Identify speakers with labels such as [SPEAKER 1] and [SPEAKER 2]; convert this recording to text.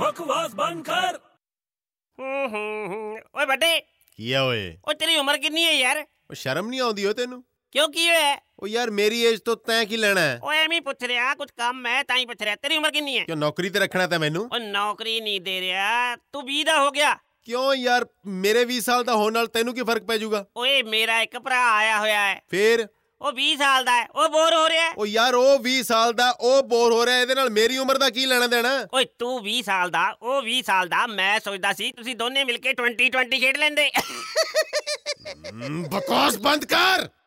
[SPEAKER 1] ਬਕਵਾਸ ਬੰਦ ਕਰ
[SPEAKER 2] ਹੂੰ ਹੂੰ ਹੂੰ। ਓਏ ਵੱਡੇ
[SPEAKER 3] ਕੀ ਆ ਓਏ
[SPEAKER 2] ਓ ਤੇਰੀ ਉਮਰ ਕਿੰਨੀ ਹੈ ਯਾਰ
[SPEAKER 3] ਉਹ ਸ਼ਰਮ ਨਹੀਂ ਆਉਂਦੀ ਓ ਤੈਨੂੰ
[SPEAKER 2] ਕਿਉਂ ਕੀ ਹੋਇਆ
[SPEAKER 3] ਉਹ ਯਾਰ ਮੇਰੀ ਏਜ ਤੋਂ ਤੈਂ ਕੀ ਲੈਣਾ ਹੈ
[SPEAKER 2] ਓਏ ਐਵੇਂ ਹੀ ਪੁੱਛ ਰਿਹਾ ਕੁਝ ਕੰਮ ਹੈ ਤਾਂ ਹੀ ਪੁੱਛ ਰਿਹਾ ਤੇਰੀ ਉਮਰ ਕਿੰਨੀ ਹੈ
[SPEAKER 3] ਕਿਉਂ ਨੌਕਰੀ ਤੇ ਰੱਖਣਾ ਤੈਂ ਮੈਨੂੰ
[SPEAKER 2] ਓ ਨੌਕਰੀ ਨਹੀਂ ਦੇ ਰਿਹਾ ਤੂੰ 20 ਦਾ ਹੋ ਗਿਆ
[SPEAKER 3] ਕਿਉਂ ਯਾਰ ਮੇਰੇ 20 ਸਾਲ ਦਾ ਹੋਣ ਨਾਲ ਤੈਨੂੰ ਕੀ ਫਰਕ ਪੈ ਜਾਊਗਾ
[SPEAKER 2] ਓਏ ਮੇਰਾ ਇੱਕ ਭਰਾ ਆਇਆ ਹੋਇਆ ਹੈ
[SPEAKER 3] ਫੇਰ
[SPEAKER 2] ਉਹ 20 ਸਾਲ ਦਾ ਹੈ ਉਹ ਬੋਰ ਹੋ ਰਿਹਾ ਹੈ
[SPEAKER 3] ਉਹ ਯਾਰ ਉਹ 20 ਸਾਲ ਦਾ ਉਹ ਬੋਰ ਹੋ ਰਿਹਾ ਇਹਦੇ ਨਾਲ ਮੇਰੀ ਉਮਰ ਦਾ ਕੀ ਲੈਣਾ ਦੇਣਾ
[SPEAKER 2] ਓਏ ਤੂੰ 20 ਸਾਲ ਦਾ ਉਹ 20 ਸਾਲ ਦਾ ਮੈਂ ਸੋਚਦਾ ਸੀ ਤੁਸੀਂ ਦੋਨੇ ਮਿਲ ਕੇ 20 20 ਖੇਡ ਲੈਂਦੇ
[SPEAKER 3] ਹਮ, ਬਕਵਾਸ ਬੰਦ ਕਰ